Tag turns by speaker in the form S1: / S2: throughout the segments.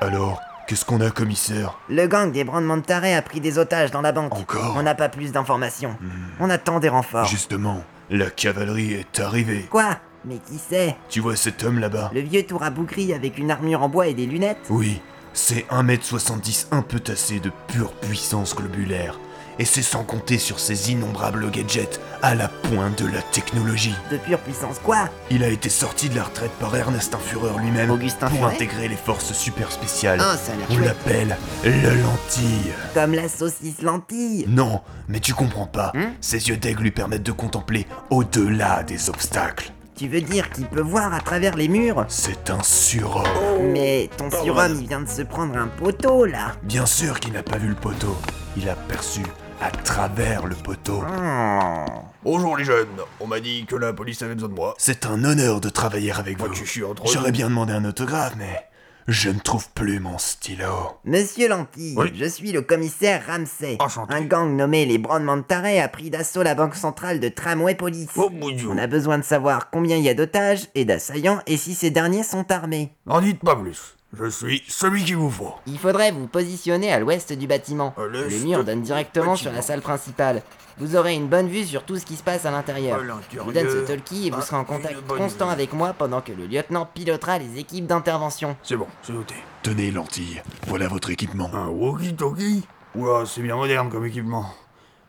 S1: Alors, qu'est-ce qu'on a, commissaire
S2: Le gang des Brandements de Taré a pris des otages dans la banque.
S1: Encore
S2: On n'a pas plus d'informations. On attend des renforts.
S1: Justement, la cavalerie est arrivée.
S2: Quoi Mais qui c'est
S1: Tu vois cet homme là-bas
S2: Le vieux tour à bougri avec une armure en bois et des lunettes
S1: Oui, c'est 1m70 un peu tassé de pure puissance globulaire. Et c'est sans compter sur ses innombrables gadgets à la pointe de la technologie.
S2: De pure puissance quoi
S1: Il a été sorti de la retraite par Ernestin Führer lui-même
S2: Augustin
S1: pour
S2: Führer
S1: intégrer les forces super spéciales.
S2: Ah, ça a l'air
S1: On
S2: chouette.
S1: l'appelle la lentille.
S2: Comme la saucisse lentille
S1: Non, mais tu comprends pas.
S2: Hmm
S1: Ses yeux d'aigle lui permettent de contempler au-delà des obstacles.
S2: Tu veux dire qu'il peut voir à travers les murs
S1: C'est un surhomme.
S2: Mais ton surhomme il vient de se prendre un poteau là
S1: Bien sûr qu'il n'a pas vu le poteau. Il a perçu à travers le poteau.
S2: Hmm.
S3: Bonjour les jeunes, on m'a dit que la police avait besoin de moi.
S1: C'est un honneur de travailler avec
S3: Moi
S2: Oh,
S1: vous.
S3: je suis entre
S1: J'aurais bien demandé un autographe, mais je ne trouve plus mon stylo.
S2: Monsieur Lentille,
S3: Oui.
S2: je suis le commissaire Ramsey.
S3: Enchanté.
S2: Un gang nommé les Brandements de Taré a pris d'assaut la banque centrale de Tramway Police.
S3: Oh mon dieu.
S2: On a besoin de savoir combien il y a d'otages et d'assaillants et si ces derniers sont armés.
S3: N'en dites pas plus. Je suis celui qu'il vous faut.
S2: Il faudrait vous positionner à l'ouest du bâtiment.
S3: À Euh, l'est
S2: Le mur donne
S3: du
S2: directement sur la
S3: bâtiment.
S2: salle principale. Vous aurez une bonne vue sur tout ce qui se passe à l'intérieur.
S3: À
S2: Je
S3: Oh, Euh, l'intérieur,
S2: vous donne ce talkie et vous
S3: ah,
S2: serez en
S3: une
S2: contact
S3: bonne
S2: constant
S3: vue.
S2: avec moi pendant que le lieutenant pilotera les équipes d'intervention.
S3: C'est bon, c'est noté.
S1: Tenez, lentille, voilà votre équipement.
S3: Un walkie-talkie Oula, c'est bien moderne comme équipement.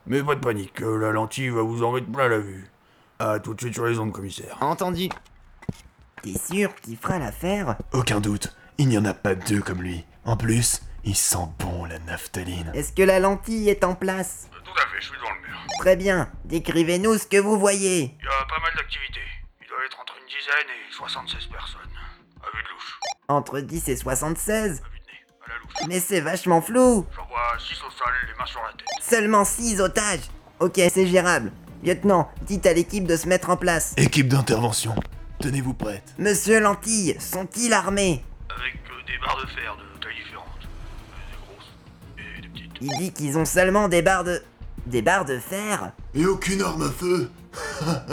S3: Mais pas de panique, euh, la lentille va vous en mettre plein la vue. À tout de suite sur les ondes, commissaire.
S2: Entendu. T'es sûr qu'il fera l'affaire
S1: Aucun doute, il n'y en a pas deux comme lui. En plus, il sent bon la naphtaline.
S2: Est-ce que la lentille est en place
S4: Tout à fait, je suis dans le mur.
S2: Très bien, décrivez-nous ce que vous voyez.
S4: Il y a pas mal d'activités. Il doit être entre une dizaine et 76 personnes. À vue de louche,
S2: Entre 10 et 76
S4: à vue de nez, à la louche.
S2: Mais c'est vachement flou
S4: J'en vois 6 au sol, les mains sur la tête.
S2: Seulement 6 otages Ok, c'est gérable. Lieutenant, dites à l'équipe de se mettre en place.
S1: Équipe d'intervention, tenez-vous prête.
S2: Monsieur Lentille, sont-ils armés
S4: Avec euh, des barres de fer de tailles différentes. Euh, Des grosses et des petites.
S2: Il dit qu'ils ont seulement des barres de... Des barres de fer
S1: Et aucune arme à feu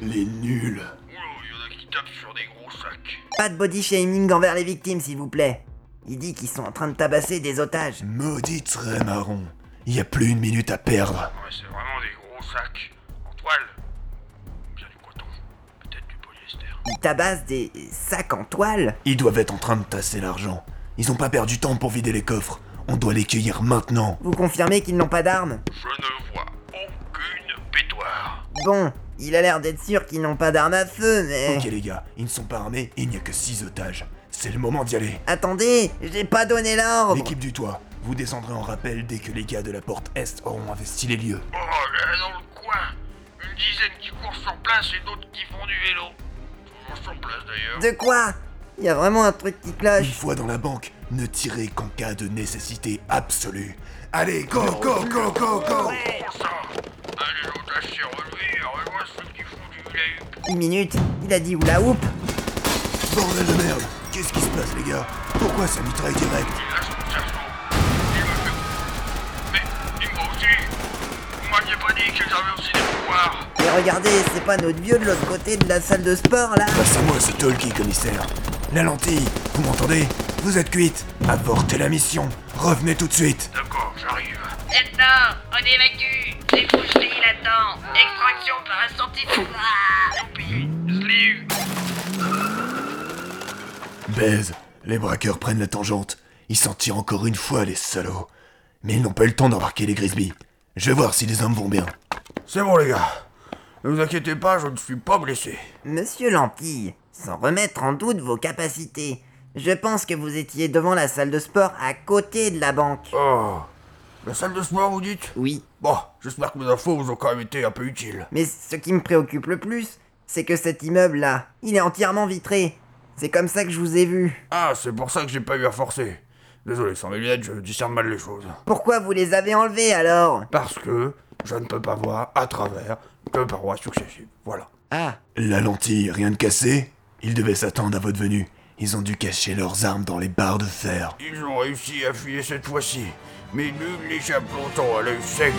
S1: Les nuls.
S4: Oula, il y en a qui tapent sur des gros sacs.
S2: Pas de body shaming envers les victimes, s'il vous plaît. Il dit qu'ils sont en train de tabasser des otages.
S1: Maudite reine marron, il y a plus une minute à perdre.
S4: Non mais c'est vraiment des gros sacs. En toile. Ou bien du coton. Peut-être du polyester.
S2: Ils tabassent des sacs en toile
S1: Ils doivent être en train de tasser l'argent. Ils ont pas perdu de temps pour vider les coffres. On doit les cueillir maintenant.
S2: Vous confirmez qu'ils n'ont pas d'armes
S4: Je ne vois aucune pétoire.
S2: Bon, il a l'air d'être sûr qu'ils n'ont pas d'armes à feu, mais...
S1: Ok les gars, ils ne sont pas armés et il n'y a que 6 otages. C'est le moment d'y aller.
S2: Attendez, j'ai pas donné l'ordre
S1: L'équipe du toit, vous descendrez en rappel dès que les gars de la porte Est auront investi les lieux.
S4: Oh là, dans le coin Une dizaine qui courent sur place et d'autres qui font du vélo. Toujours sur place d'ailleurs.
S2: De quoi Il y a vraiment un truc qui
S1: Une
S2: cloche.
S1: fois dans la banque, ne tirez qu'en cas de nécessité absolue. Allez, go, go, go, go, go
S4: Ça Allez, l'autre, s'est relevé, revois ceux qui font du la huppe.
S2: Une minute, il a dit oula oup.
S1: Bordel de merde Qu'est-ce qui se passe les gars Pourquoi ça mitraille direct
S4: Il lâche mon cerveau. Il me fait... Mais, il m'a aussi Vous m'aviez pas dit qu'ils avaient aussi des pouvoirs
S2: Mais regardez, c'est pas notre vieux de l'autre côté de la salle de sport là
S1: Passe à moi ce talkie, commissaire. La lentille, vous m'entendez Vous êtes cuite. Avortez la mission. Revenez tout de suite.
S4: D'accord, j'arrive.
S5: Lieutenant, on évacue Les boucheries l'attend Extraction par un sortie
S4: Youpi Slive
S1: Baise. Les braqueurs prennent la tangente. Ils s'en tirent encore une fois, les salauds. Mais ils n'ont pas eu le temps d'embarquer les Grisby. Je vais voir si les hommes vont bien.
S3: C'est bon les gars. Ne vous inquiétez pas, je ne suis pas blessé.
S2: Monsieur Lentille, sans remettre en doute vos capacités, je pense que vous étiez devant la salle de sport à côté de la banque.
S3: Oh. La salle de sport, vous dites
S2: Oui.
S3: Bon, j'espère que mes infos vous ont quand même été un peu utiles.
S2: Mais ce qui me préoccupe le plus, c'est que cet immeuble là, il est entièrement vitré. C'est comme ça que je vous ai vu.
S3: Ah, c'est pour ça que j'ai pas eu à forcer. Désolé, sans mes lunettes, je discerne mal les choses.
S2: Pourquoi vous les avez enlevés alors
S3: Parce que je ne peux pas voir à travers deux parois successives. Voilà.
S2: Ah,
S1: La lentille, rien de cassé Ils devaient s'attendre à votre venue. Ils ont dû cacher leurs armes dans les barres de fer.
S3: Ils ont réussi à fuir cette fois-ci, mais nul n'échappe longtemps à l'œil sec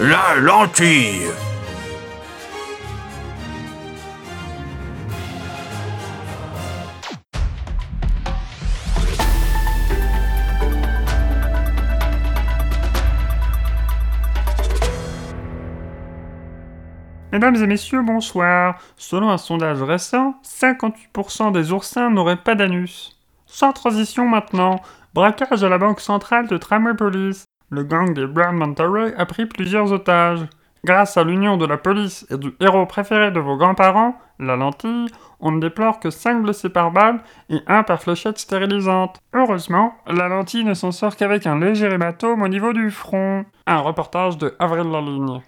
S3: de... La lentille
S6: Mesdames et messieurs, bonsoir. Selon un sondage récent, 58% des oursins n'auraient pas d'anus. Sans transition maintenant, braquage de la banque centrale de Tramway Police. Le gang des Brown Manta Ray a pris plusieurs otages. Grâce à l'union de la police et du héros préféré de vos grands-parents, la lentille, on ne déplore que 5 blessés par balle et un par fléchette stérilisante. Heureusement, la lentille ne s'en sort qu'avec un léger hématome au niveau du front. Un reportage de Avril Laligne.